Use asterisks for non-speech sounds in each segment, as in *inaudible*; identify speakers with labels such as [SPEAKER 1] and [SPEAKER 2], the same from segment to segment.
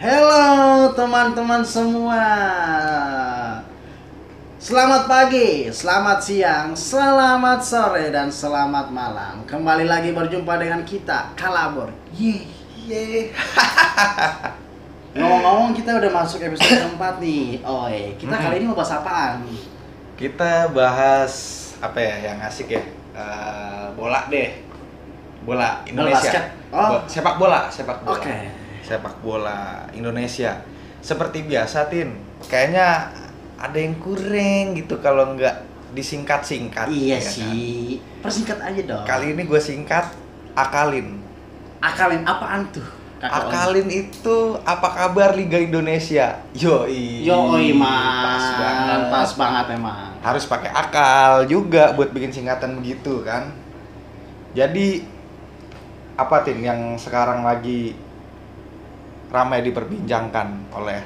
[SPEAKER 1] Hello teman-teman semua. Selamat pagi, selamat siang, selamat sore dan selamat malam. Kembali lagi berjumpa dengan kita Kalabor. Ye,
[SPEAKER 2] *laughs*
[SPEAKER 1] ye. Ngomong-ngomong kita udah masuk episode keempat nih. Oi, kita
[SPEAKER 2] Mm-mm.
[SPEAKER 1] kali ini mau bahas apaan?
[SPEAKER 2] Kita bahas apa ya yang asik ya? Eh, bola deh. Bola
[SPEAKER 1] basket.
[SPEAKER 2] Indonesia.
[SPEAKER 1] Oh.
[SPEAKER 2] Bo- Sepak bola, sepak bola.
[SPEAKER 1] Oke.
[SPEAKER 2] Sepak bola Indonesia. Seperti biasa Tin, kayaknya ada yang kurang gitu kalau nggak disingkat-singkat.
[SPEAKER 1] Iya
[SPEAKER 2] ya
[SPEAKER 1] sih. Persingkat aja dong.
[SPEAKER 2] kan? Kali ini gue singkat akalin.
[SPEAKER 1] akalin apaan tuh? Kakak Oli?
[SPEAKER 2] Akalin itu apa kabar Liga Indonesia? Yoi.
[SPEAKER 1] Yoi
[SPEAKER 2] Pas banget.
[SPEAKER 1] man, pas banget emang.
[SPEAKER 2] harus pakai akal juga buat bikin singkatan begitu kan jadi apa tim yang sekarang lagi ramai diperbincangkan oleh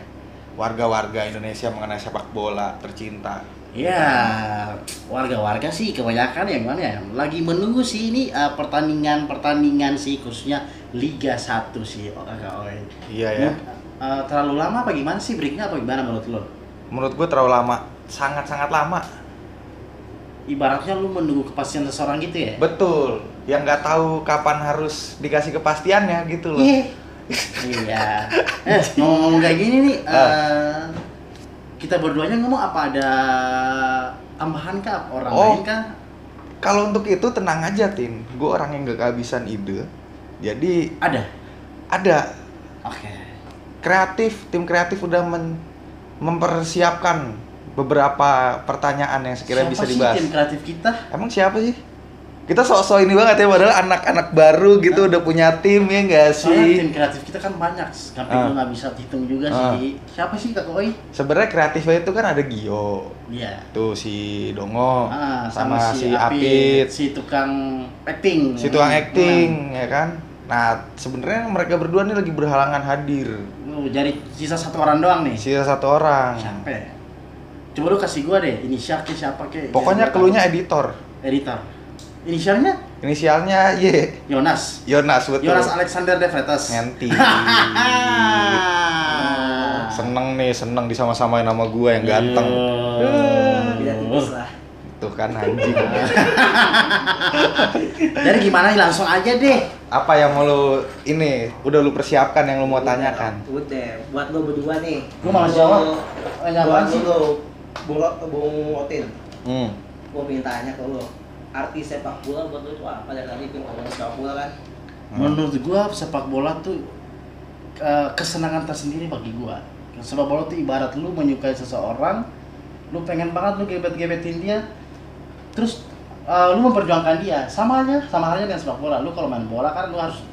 [SPEAKER 2] warga-warga Indonesia mengenai sepak bola tercinta
[SPEAKER 1] Ya, warga-warga sih kebanyakan yang mana ya? Lagi menunggu sih ini eh, pertandingan-pertandingan sih khususnya Liga 1 sih oh, Kakak Oi.
[SPEAKER 2] iya ya
[SPEAKER 1] Eh, terlalu lama apa gimana sih breaknya apa gimana menurut lo?
[SPEAKER 2] menurut gue terlalu lama sangat-sangat lama
[SPEAKER 1] Ibaratnya lu menunggu kepastian seseorang gitu ya?
[SPEAKER 2] betul yang nggak tahu kapan harus dikasih kepastiannya gitu loh
[SPEAKER 1] Iya. Iya. Eh, ngomong-ngomong kayak gini nih,
[SPEAKER 2] Ah.
[SPEAKER 1] eh, kita berduanya ngomong apa ada tambahan kah orang
[SPEAKER 2] Oh.
[SPEAKER 1] lain kah?
[SPEAKER 2] kalau untuk itu tenang aja tin gue orang yang gak kehabisan ide jadi
[SPEAKER 1] Ada.
[SPEAKER 2] ada
[SPEAKER 1] Oke.
[SPEAKER 2] kreatif tim kreatif udah men- mempersiapkan beberapa pertanyaan yang sekiranya
[SPEAKER 1] Siapa
[SPEAKER 2] bisa
[SPEAKER 1] sih
[SPEAKER 2] dibahas.
[SPEAKER 1] tim kreatif kita?
[SPEAKER 2] Emang siapa sih? Kita sok-sok ini banget ya padahal anak-anak baru gitu udah punya tim ya enggak
[SPEAKER 1] Soalnya tim
[SPEAKER 2] sih?
[SPEAKER 1] kreatif kita kan banyak, tapi
[SPEAKER 2] Ah.
[SPEAKER 1] gue nggak bisa hitung juga
[SPEAKER 2] Ah.
[SPEAKER 1] sih. Siapa sih Kak Koi?
[SPEAKER 2] Sebenarnya kreatifnya itu kan ada Gio,
[SPEAKER 1] Iya.
[SPEAKER 2] tuh si Dongo,
[SPEAKER 1] Ah,
[SPEAKER 2] Oh, sama, si Apit,
[SPEAKER 1] si tukang acting.
[SPEAKER 2] si tukang
[SPEAKER 1] Hmm,
[SPEAKER 2] acting ya kan. Nah, sebenarnya mereka berdua nih lagi berhalangan hadir.
[SPEAKER 1] hmm. Lu jadi sisa satu orang doang nih.
[SPEAKER 2] Sisa satu orang.
[SPEAKER 1] Siapa ya? Coba lu kasih gua deh, inisial ke siapa ke?
[SPEAKER 2] Pokoknya
[SPEAKER 1] Biar gua
[SPEAKER 2] keluarnya editor.
[SPEAKER 1] tahu. editor. Inisialnya
[SPEAKER 2] Inisialnya Y.
[SPEAKER 1] Yonas.
[SPEAKER 2] Yonas betul.
[SPEAKER 1] Yonas Alexander De Freitas.
[SPEAKER 2] Ngenti.
[SPEAKER 1] Ah.
[SPEAKER 2] seneng nih, seneng disama-samain sama gue yang ganteng.
[SPEAKER 1] Iya, tipis lah.
[SPEAKER 2] Tuh kan anjing.
[SPEAKER 1] Jadi gimana nih langsung aja deh.
[SPEAKER 2] Apa yang mau lu ini udah lu persiapkan yang lu mau tanyakan?
[SPEAKER 3] Udah, ya. buat lo berdua nih.
[SPEAKER 1] Gua malas jawab. Eh,
[SPEAKER 3] Buat
[SPEAKER 1] apaan
[SPEAKER 3] lo,
[SPEAKER 1] sih?
[SPEAKER 3] lo, Bung, Ro- Bung Otin,
[SPEAKER 2] Hmm.
[SPEAKER 3] gue minta tanya ke lo. Arti sepak bola buat lo itu apa? Dari tadi kan ngomong sepak bola kan.
[SPEAKER 1] Menurut gua sepak bola tuh eh, kesenangan tersendiri bagi gua. Sepak bola tuh ibarat lu menyukai seseorang, lu pengen banget lu gebet-gebetin dia, terus eh, lu memperjuangkan dia. Sama aja, sama halnya dengan sepak bola. Lu kalau main bola kan lu harus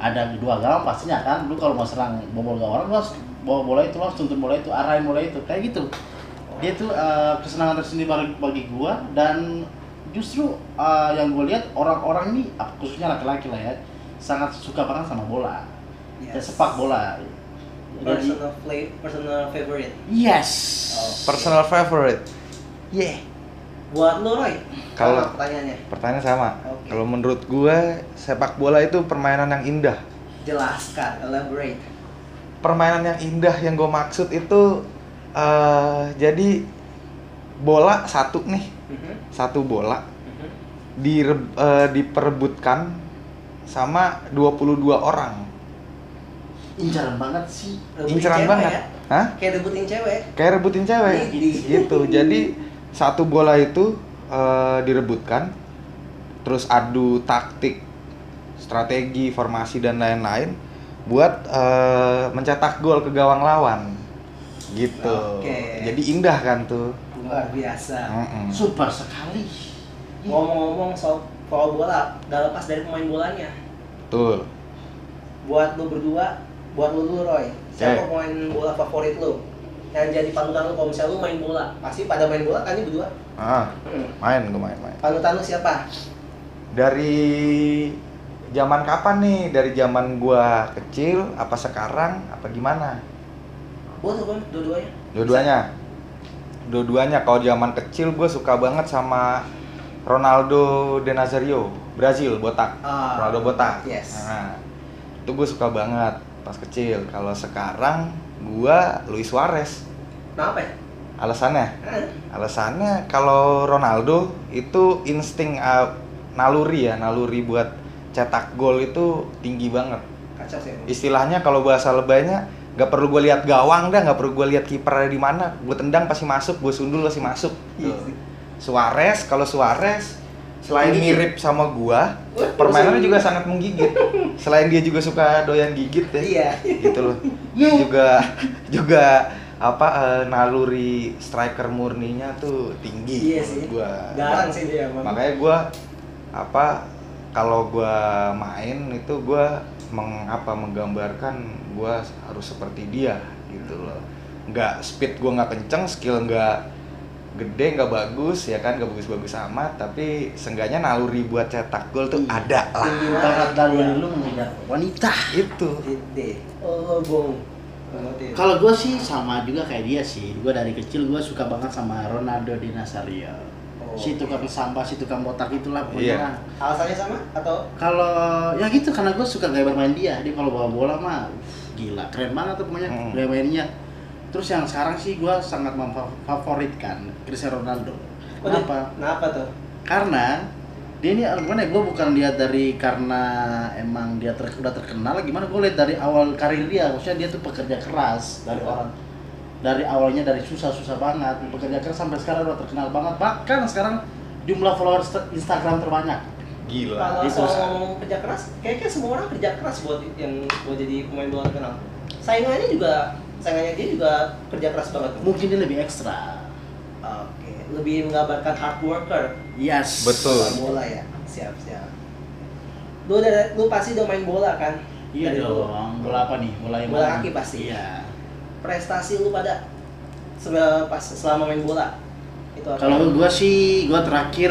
[SPEAKER 1] ada dua gawang pastinya kan. Lu kalau mau serang bobol gawang orang, lu harus bawa bola itu, lu harus tuntun bola itu, arahin bola itu, kayak gitu. Dia tuh eh, kesenangan tersendiri bagi, bagi gua dan justru eh, yang gue lihat orang-orang nih ah, khususnya laki-laki lah ya sangat suka banget sama bola ya
[SPEAKER 3] Yes. Iya,
[SPEAKER 1] sepak bola jadi
[SPEAKER 3] Personal, play, personal favorite.
[SPEAKER 1] yes
[SPEAKER 3] Oh.
[SPEAKER 2] Personal favorite.
[SPEAKER 1] yeah
[SPEAKER 2] Iya.
[SPEAKER 3] Buat lo Roy,
[SPEAKER 2] Kalau-
[SPEAKER 3] apa pertanyaannya
[SPEAKER 2] Pertanyaan sama.
[SPEAKER 3] Oke.
[SPEAKER 2] Kalau menurut gue sepak bola itu permainan yang indah.
[SPEAKER 3] jelaskan, elaborate.
[SPEAKER 2] Permainan yang indah yang gue maksud itu eh jadi bola satu nih,
[SPEAKER 3] Mhm,
[SPEAKER 2] satu bola
[SPEAKER 3] mhm.
[SPEAKER 2] di diperebutkan sama 22 orang.
[SPEAKER 1] incaran banget sih
[SPEAKER 3] Rebutin
[SPEAKER 2] Inceran
[SPEAKER 3] cewek
[SPEAKER 2] banget.
[SPEAKER 3] ya. Iya,
[SPEAKER 2] Hah?
[SPEAKER 3] Kayak rebutin cewek.
[SPEAKER 2] Kayak rebutin cewek
[SPEAKER 3] Jadi.
[SPEAKER 2] gitu. Jadi satu bola itu eh, direbutkan terus adu taktik, strategi, formasi dan lain-lain buat eh, mencetak gol ke gawang lawan. Gitu.
[SPEAKER 3] Oke. Nah.
[SPEAKER 2] Jadi indah kan tuh.
[SPEAKER 3] Luar biasa.
[SPEAKER 2] Mm-mm.
[SPEAKER 1] super sekali Iya.
[SPEAKER 3] Ngomong-ngomong soal soal bola, gak lepas dari pemain bolanya.
[SPEAKER 2] Tuh.
[SPEAKER 3] buat lu berdua, buat lu dulu Roy.
[SPEAKER 2] Eh.
[SPEAKER 3] Siapa pemain bola favorit lu? Yang jadi panutan lu kalau misalnya lu main bola, pasti pada main bola kan ini berdua.
[SPEAKER 2] Ah, main gue main-main.
[SPEAKER 3] Panutan lu siapa?
[SPEAKER 2] Dari zaman kapan nih? Dari zaman gua kecil apa sekarang apa gimana?
[SPEAKER 3] Boleh kan dua-duanya?
[SPEAKER 2] Dua-duanya. Dua-duanya kalau zaman kecil gue suka banget sama Ronaldo De Nazario, Brazil botak.
[SPEAKER 3] Ah,
[SPEAKER 2] Ronaldo botak.
[SPEAKER 3] yes.
[SPEAKER 2] Nah, itu gue suka banget pas kecil. Kalau sekarang gue Luis Suarez.
[SPEAKER 3] Kenapa ya? Ah,
[SPEAKER 2] Alasannya?
[SPEAKER 3] Hah?
[SPEAKER 2] Alasannya kalau Ronaldo itu insting uh, naluri ya, naluri buat cetak gol itu tinggi banget.
[SPEAKER 3] Kacau sih emang.
[SPEAKER 2] Istilahnya kalau bahasa lebaynya nggak perlu gue lihat gawang dah, nggak perlu gue lihat kipernya di mana, gue tendang pasti masuk, gue sundul pasti masuk.
[SPEAKER 3] Iya
[SPEAKER 2] Tuh.
[SPEAKER 3] sih.
[SPEAKER 2] Suarez kalau Suarez selain
[SPEAKER 1] Menggigit.
[SPEAKER 2] mirip sama gua,
[SPEAKER 3] Wah,
[SPEAKER 2] permainannya
[SPEAKER 3] maksudnya-
[SPEAKER 2] juga sangat menggigit. Selain dia juga suka doyan gigit ya.
[SPEAKER 3] Iya.
[SPEAKER 2] Gitu
[SPEAKER 3] *laughs*
[SPEAKER 2] loh.
[SPEAKER 1] Iya.
[SPEAKER 2] Juga juga apa eh, naluri striker murninya tuh tinggi
[SPEAKER 3] Iya
[SPEAKER 2] menurut
[SPEAKER 3] sih.
[SPEAKER 2] gua.
[SPEAKER 3] Garang sih dia emang.
[SPEAKER 2] Makanya gua apa kalau gua main itu gua mengapa menggambarkan gua harus seperti dia gitu loh. Nggak speed gua nggak kenceng, skill nggak gede nggak bagus ya kan nggak bagus-bagus amat tapi seenggaknya naluri buat cetak gol tuh
[SPEAKER 1] Iya.
[SPEAKER 2] ada lah
[SPEAKER 3] Tinggi
[SPEAKER 1] Bakat
[SPEAKER 3] Iya.
[SPEAKER 1] naluri lu mengejar wanita.
[SPEAKER 2] itu
[SPEAKER 3] Gede. Oh, bong. Banget ya.
[SPEAKER 1] Kalau gue sih sama juga kayak dia sih. Gue dari kecil gue suka banget sama Ronaldo Di Nazario.
[SPEAKER 3] Oh.
[SPEAKER 1] Si tukang sampah, si tukang botak itulah pokoknya.
[SPEAKER 2] Iya.
[SPEAKER 1] lah.
[SPEAKER 3] Alasannya sama atau
[SPEAKER 1] Kalau ya gitu karena gue suka gaya bermain dia. Dia kalau bawa bola mah uff, gila, keren banget tuh pokoknya
[SPEAKER 2] Hmm.
[SPEAKER 1] gaya mainnya. Terus yang sekarang sih gue sangat memfavoritkan Cristiano Ronaldo.
[SPEAKER 3] Oh, dia-
[SPEAKER 1] Kenapa?
[SPEAKER 3] Kenapa tuh?
[SPEAKER 1] karena dia ini gimana ya gue bukan lihat dari karena emang dia ter- udah terkenal gimana gue lihat dari awal karir dia maksudnya dia tuh pekerja keras dari orang dari awalnya dari susah-susah banget pekerja keras sampai sekarang udah terkenal banget bahkan sekarang jumlah followers te- Instagram terbanyak
[SPEAKER 2] gila
[SPEAKER 3] Kalau
[SPEAKER 1] Itu
[SPEAKER 3] soal
[SPEAKER 1] sa-
[SPEAKER 3] ngomong kerja keras, kayaknya semua orang kerja keras buat yang buat jadi pemain bola terkenal. Saingannya juga, saingannya dia juga kerja keras banget. Oke,
[SPEAKER 1] mungkin dia lebih ekstra
[SPEAKER 3] lebih menggambarkan hard worker
[SPEAKER 1] yes
[SPEAKER 2] Betul.
[SPEAKER 3] dalam bola ya. Siap, siap. Lu udah, lu pasti udah main bola kan?
[SPEAKER 1] iya
[SPEAKER 3] Dari dulu.
[SPEAKER 1] dong bola apa nih bola yang
[SPEAKER 3] Bola
[SPEAKER 1] mana?
[SPEAKER 3] kaki pasti.
[SPEAKER 1] iya
[SPEAKER 3] Prestasi lu pada se- pas selama main bola itu apa?
[SPEAKER 1] Kalau gua sih, gua terakhir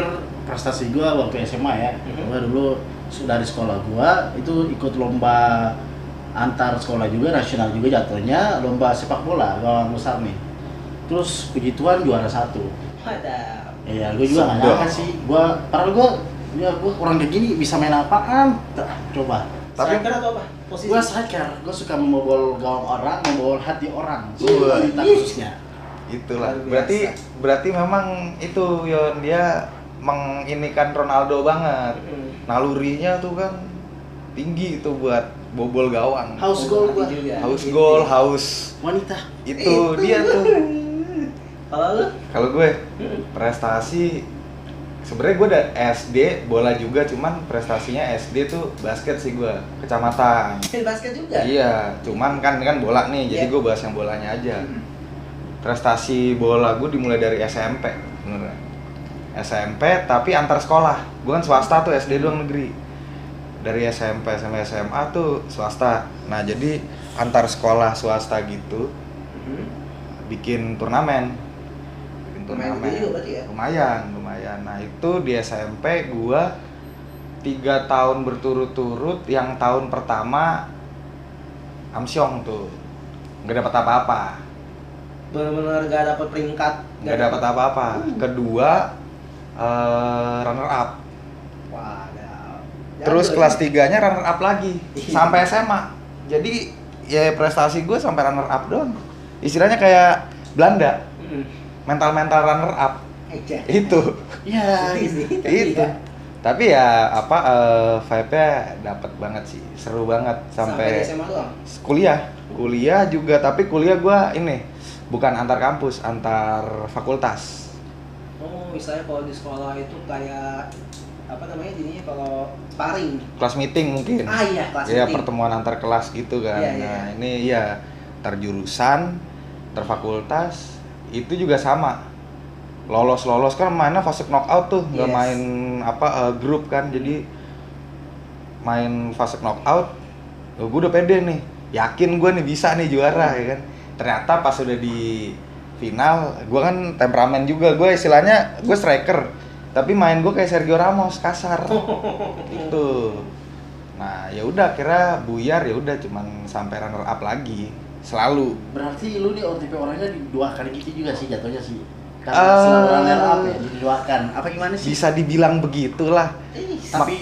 [SPEAKER 1] prestasi gua waktu SMA ya.
[SPEAKER 3] Mhm.
[SPEAKER 1] Gua dulu su- dari sekolah gua itu ikut lomba antar sekolah juga nasional juga jatuhnya lomba sepak bola gawang besar nih. Terus puji Tuhan juara satu.
[SPEAKER 3] ada
[SPEAKER 1] Iya, gua juga nggak
[SPEAKER 2] Sedap.
[SPEAKER 1] nyangka sih. Gua padahal gua ya gua orang kayak gini bisa main apaan? Tah, Coba.
[SPEAKER 2] Tapi-
[SPEAKER 3] striker atau apa? Posisi.
[SPEAKER 1] Gua striker, gua suka membobol gawang orang, membobol hati orang.
[SPEAKER 2] Wah.
[SPEAKER 1] Wanita khususnya.
[SPEAKER 2] itulah
[SPEAKER 3] Luar biasa.
[SPEAKER 2] berarti berarti memang itu Yon dia menginikan Ronaldo banget
[SPEAKER 3] Hmm.
[SPEAKER 2] nalurinya tuh kan tinggi itu buat bobol gawang
[SPEAKER 1] Haus gol gua.
[SPEAKER 3] Juga.
[SPEAKER 2] haus gol
[SPEAKER 3] Iya.
[SPEAKER 2] haus
[SPEAKER 1] Wanita.
[SPEAKER 2] itu, dia tuh
[SPEAKER 3] Kalau lu?
[SPEAKER 2] kalau gue prestasi sebenarnya gue dari SD bola juga cuman prestasinya SD tuh basket sih gue kecamatan
[SPEAKER 3] Main basket juga?
[SPEAKER 2] Iya, cuman kan kan bola nih, jadi
[SPEAKER 3] Iya. Hmm.
[SPEAKER 2] gue bahas yang bolanya aja. Prestasi bola gue dimulai dari SMP, sebenarnya. SMP tapi antar sekolah. Gue kan swasta tuh SD doang negeri. Dari SMP sampai SMA tuh swasta. Nah jadi antar sekolah swasta gitu
[SPEAKER 3] Mhm.
[SPEAKER 2] bikin turnamen. Bikin
[SPEAKER 3] Lumayan
[SPEAKER 2] turnamen.
[SPEAKER 3] gede juga berarti ya?
[SPEAKER 2] Lumayan, lumayan. Nah itu di SMP gua tiga tahun berturut-turut. Yang tahun pertama Amsyong tuh nggak dapat apa-apa,
[SPEAKER 3] benar-benar gak dapet peringkat
[SPEAKER 2] nggak dapat Hmm. apa-apa. Kedua eh, runner up.
[SPEAKER 3] Wadaw. Ya,
[SPEAKER 2] Terus
[SPEAKER 3] Jago
[SPEAKER 2] kelas
[SPEAKER 3] sih.
[SPEAKER 2] 3-nya runner up lagi sampai SMA. Jadi ya prestasi gue sampai runner up doang. Istilahnya kayak Belanda,
[SPEAKER 3] Mm.
[SPEAKER 2] mental-mental runner up *laughs*
[SPEAKER 3] Ejek.
[SPEAKER 2] itu.
[SPEAKER 1] Iya.
[SPEAKER 3] Sedih Eh, sih, tapi
[SPEAKER 2] itu
[SPEAKER 3] ya.
[SPEAKER 2] tapi ya apa eh, vibe-nya dapat banget sih seru banget
[SPEAKER 3] di
[SPEAKER 2] sampai,
[SPEAKER 3] SMA doang
[SPEAKER 2] kuliah kuliah juga tapi kuliah gua ini bukan antar kampus antar fakultas
[SPEAKER 3] oh misalnya kalau di sekolah itu kayak apa namanya jadinya kalau sparring
[SPEAKER 2] kelas meeting mungkin
[SPEAKER 3] ah iya kelas
[SPEAKER 2] ya
[SPEAKER 3] meeting.
[SPEAKER 2] pertemuan antar kelas gitu kan
[SPEAKER 3] Iya,
[SPEAKER 2] nah
[SPEAKER 3] iya.
[SPEAKER 2] ini ya terjurusan terfakultas itu juga sama lolos lolos kan mainnya fase knockout tuh nggak
[SPEAKER 3] Yes.
[SPEAKER 2] main apa eh, grup kan jadi main fase knockout gue udah pede nih yakin gue nih bisa nih juara ya kan ternyata pas udah di final gue kan temperamen juga gue istilahnya gue striker tapi main gue kayak Sergio Ramos kasar Gitu. itu nah ya udah kira buyar ya udah cuman sampai runner up lagi selalu
[SPEAKER 1] Berarti lu nih tipe orangnya didoakan gitu juga sih jatuhnya sih. Karena
[SPEAKER 2] Eh.
[SPEAKER 1] selalu runner up ya, jadi didoakan. Apa gimana sih?
[SPEAKER 2] bisa dibilang begitulah
[SPEAKER 1] Tapi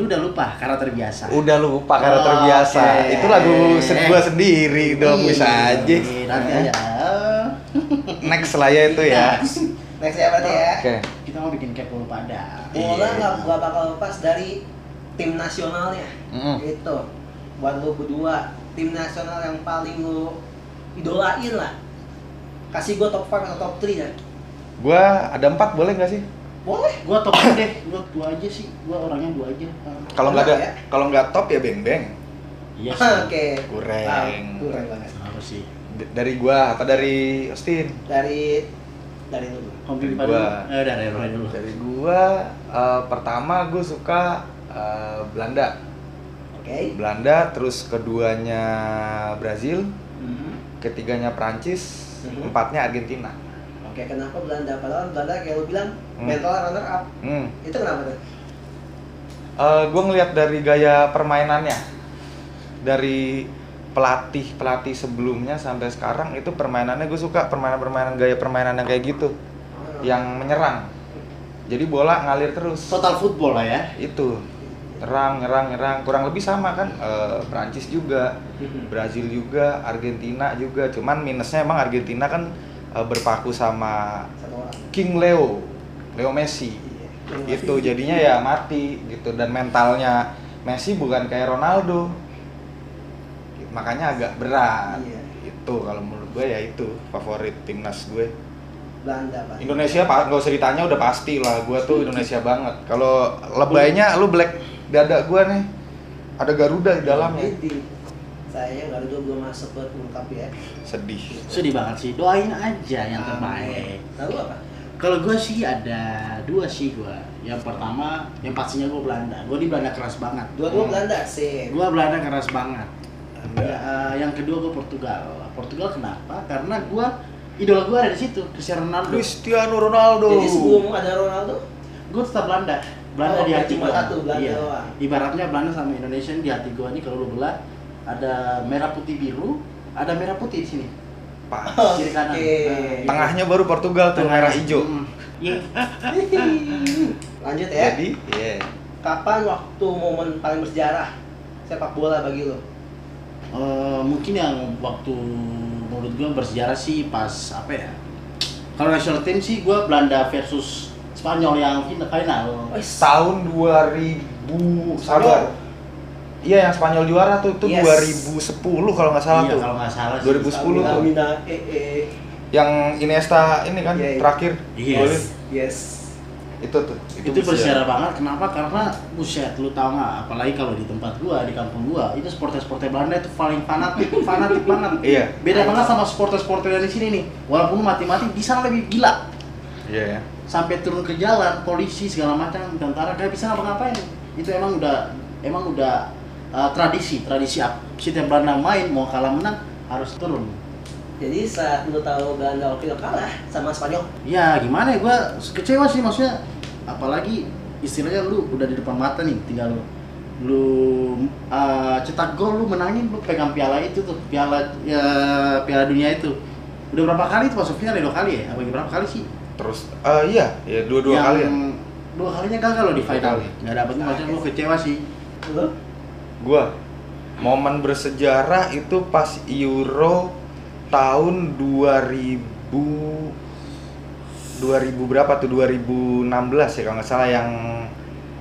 [SPEAKER 1] lu udah lupa karena terbiasa.
[SPEAKER 2] udah lupa
[SPEAKER 1] Oh,
[SPEAKER 2] karena terbiasa
[SPEAKER 1] oke.
[SPEAKER 2] itu lagu se- gua sendiri dong bisa aja
[SPEAKER 1] Iya, Nanti aja. Eh.
[SPEAKER 2] next lah ya itu ya
[SPEAKER 3] Next ya berarti ya.
[SPEAKER 2] oke
[SPEAKER 1] Kita mau bikin kepo lu pada.
[SPEAKER 3] Bola
[SPEAKER 2] Iya.
[SPEAKER 3] nggak nggak bakal lepas dari tim nasionalnya.
[SPEAKER 2] Mm.
[SPEAKER 3] Gitu. Buat lu berdua, tim nasional yang paling lu idolain lah. Kasih gua top 5 atau top 3 ya.
[SPEAKER 2] gua ada empat boleh nggak sih
[SPEAKER 3] Boleh.
[SPEAKER 1] Gua top dulu deh, gua dua aja sih. Gua orangnya dua aja.
[SPEAKER 2] kalau nggak ada
[SPEAKER 3] Boleh ya.
[SPEAKER 2] kalau nggak top ya beng beng
[SPEAKER 1] Iya sih.
[SPEAKER 3] *laughs* Oke. Ah,
[SPEAKER 2] goreng
[SPEAKER 3] Kurang banget.
[SPEAKER 1] Apa sih?
[SPEAKER 2] D- dari gua apa dari Austin
[SPEAKER 3] Dari dari lu dulu.
[SPEAKER 1] Komplit
[SPEAKER 2] Dari
[SPEAKER 1] pada
[SPEAKER 2] gua.
[SPEAKER 1] Eh udah dari Roy dulu.
[SPEAKER 2] dari gua eh, pertama gua suka eh, Belanda
[SPEAKER 3] Oke.
[SPEAKER 2] Belanda terus keduanya Brazil
[SPEAKER 3] Mhm.
[SPEAKER 2] ketiganya Prancis
[SPEAKER 3] Mhm.
[SPEAKER 2] empatnya Argentina
[SPEAKER 3] Oke, kenapa Belanda? Padahal Belanda kayak lu bilang
[SPEAKER 2] Hmm.
[SPEAKER 3] mental runner up.
[SPEAKER 2] hmm.
[SPEAKER 3] Itu kenapa tuh?
[SPEAKER 2] gue ngelihat Eh, dari gaya permainannya dari pelatih pelatih sebelumnya sampai sekarang itu permainannya gue suka permainan permainan gaya permainan yang kayak gitu yang menyerang jadi bola ngalir terus
[SPEAKER 1] Total football lah ya.
[SPEAKER 2] itu nyerang nyerang nyerang kurang lebih sama kan Eh, Prancis juga
[SPEAKER 3] Mhm.
[SPEAKER 2] Brazil juga Argentina juga cuman minusnya emang Argentina kan eh, berpaku sama
[SPEAKER 3] Satu orang.
[SPEAKER 2] King Leo Leo Messi
[SPEAKER 3] Iya.
[SPEAKER 2] itu jadinya ya mati gitu dan mentalnya Messi bukan kayak Ronaldo makanya agak berat
[SPEAKER 3] Iya.
[SPEAKER 2] itu kalau menurut gue ya itu favorit timnas gue
[SPEAKER 3] Belanda, Pak.
[SPEAKER 2] Indonesia pak nggak usah ditanya udah pasti lah gue tuh Indonesia banget kalau lebaynya lu black dada gue nih ada Garuda di dalamnya
[SPEAKER 3] Inti. Sayangnya Garuda belum masuk buat lengkap ya.
[SPEAKER 2] sedih
[SPEAKER 1] Sedih banget sih. Doain aja yang
[SPEAKER 3] Amin.
[SPEAKER 1] terbaik.
[SPEAKER 3] Lalu apa?
[SPEAKER 1] Kalau gue sih ada dua sih gue. Yang pertama, yang pastinya gue Belanda. Gue di Belanda keras banget.
[SPEAKER 3] Dua-dua
[SPEAKER 2] Hmm.
[SPEAKER 3] Belanda sih.
[SPEAKER 1] Gue Belanda keras banget.
[SPEAKER 3] Iya.
[SPEAKER 1] Ya, eh, yang kedua gue Portugal. Portugal kenapa? Karena gue idola gue ada di situ, Cristiano Ronaldo.
[SPEAKER 2] Cristiano Ronaldo
[SPEAKER 3] Jadi sebelum ada Ronaldo, *laughs*
[SPEAKER 1] Gue tetap Belanda. Belanda
[SPEAKER 3] Oh,
[SPEAKER 1] di
[SPEAKER 3] oke,
[SPEAKER 1] hati
[SPEAKER 3] cuma
[SPEAKER 1] gue.
[SPEAKER 3] satu, Belanda doang.
[SPEAKER 1] Ibaratnya Belanda sama Indonesia ini di hati gue nih kalau lu belah ada merah putih biru, ada merah putih di sini.
[SPEAKER 2] Pak.
[SPEAKER 1] Kiri kanan.
[SPEAKER 3] Oh, Oke.
[SPEAKER 1] Nah,
[SPEAKER 2] tengahnya baru Portugal tuh merah hijau
[SPEAKER 1] Hmm. Iya.
[SPEAKER 3] lanjut ya.
[SPEAKER 2] jadi iya
[SPEAKER 3] Kapan waktu momen paling bersejarah sepak bola bagi lo?
[SPEAKER 1] Eh, mungkin yang waktu menurut gue bersejarah sih pas apa ya? Kalau national team sih gue Belanda versus Spanyol yang fin-
[SPEAKER 2] Oh,
[SPEAKER 1] final.
[SPEAKER 3] Wih,
[SPEAKER 2] tahun 2000 sabar Iya yang Spanyol juara tuh itu
[SPEAKER 3] Yes.
[SPEAKER 2] 2010 kalau nggak salah
[SPEAKER 1] iya,
[SPEAKER 2] tuh.
[SPEAKER 1] kalau nggak salah. sih.
[SPEAKER 2] 2010 tuh.
[SPEAKER 3] Mina, eh eh,
[SPEAKER 2] Yang Iniesta ini kan
[SPEAKER 3] Iya, iya.
[SPEAKER 2] terakhir
[SPEAKER 1] Yes.
[SPEAKER 2] golin.
[SPEAKER 3] yes.
[SPEAKER 2] Itu tuh.
[SPEAKER 1] Itu, bersejarah banget. Kenapa? Karena buset, lu tau nggak? Apalagi kalau di tempat gua, di kampung gua, itu supporter-supporter Belanda itu paling fanatik, fanatik banget.
[SPEAKER 2] Iya.
[SPEAKER 1] Beda banget sama supporter-supporter dari sini nih. Walaupun mati-mati, di sana lebih gila.
[SPEAKER 2] Iya ya.
[SPEAKER 1] sampai turun ke jalan polisi segala macam tentara nggak bisa ngapa-ngapain itu emang udah emang udah uh, tradisi tradisi ap- setiap Belanda main mau kalah menang harus turun
[SPEAKER 3] Jadi saat lu tahu Belanda waktu itu kalah sama Spanyol,
[SPEAKER 1] ya gimana ya gue kecewa sih maksudnya apalagi istilahnya lu udah di depan mata nih tinggal lu lu uh, cetak gol lu menangin lu pegang piala itu tuh piala ya, piala dunia itu udah berapa kali tuh masuk final ya dua kali ya apa berapa kali sih
[SPEAKER 2] Terus eh iya, ya dua-dua
[SPEAKER 1] Yang
[SPEAKER 2] kali ya.
[SPEAKER 1] dua kalinya gagal loh di
[SPEAKER 2] Dua
[SPEAKER 1] final
[SPEAKER 2] kali.
[SPEAKER 1] nggak dapet maksudnya gue kecewa sih
[SPEAKER 3] lu
[SPEAKER 2] Gua momen bersejarah itu pas Euro tahun 2000 2000 berapa tuh 2016 ya kalau nggak salah yang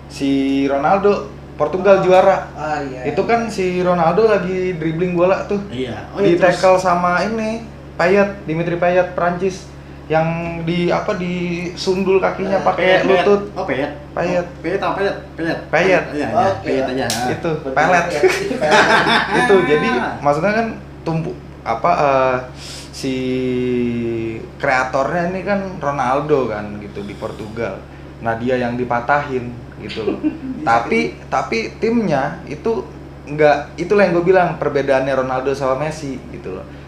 [SPEAKER 2] si Ronaldo Portugal juara.
[SPEAKER 3] Ah iya.
[SPEAKER 2] Itu kan si Ronaldo lagi dribbling bola tuh.
[SPEAKER 1] iya
[SPEAKER 2] di
[SPEAKER 1] terus-
[SPEAKER 2] tackle sama ini Payet, Dimitri Payet Prancis yang di apa di sundul kakinya
[SPEAKER 3] Eh,
[SPEAKER 2] pakai
[SPEAKER 1] Nah, Payet,
[SPEAKER 2] lutut
[SPEAKER 1] Payet. oh payet
[SPEAKER 2] Payet.
[SPEAKER 1] Oh, payet apa payet payet
[SPEAKER 2] Payet.
[SPEAKER 1] iya iya
[SPEAKER 3] Oke.
[SPEAKER 1] payet Ah. aja Ah.
[SPEAKER 2] itu pelet
[SPEAKER 3] Iya,
[SPEAKER 2] *laughs* itu jadi maksudnya kan tumpu apa eh, si kreatornya ini kan Ronaldo kan gitu di Portugal nah dia yang dipatahin gitu
[SPEAKER 1] *laughs*
[SPEAKER 2] loh tapi tapi timnya itu nggak itulah yang gue bilang perbedaannya Ronaldo sama Messi gitu loh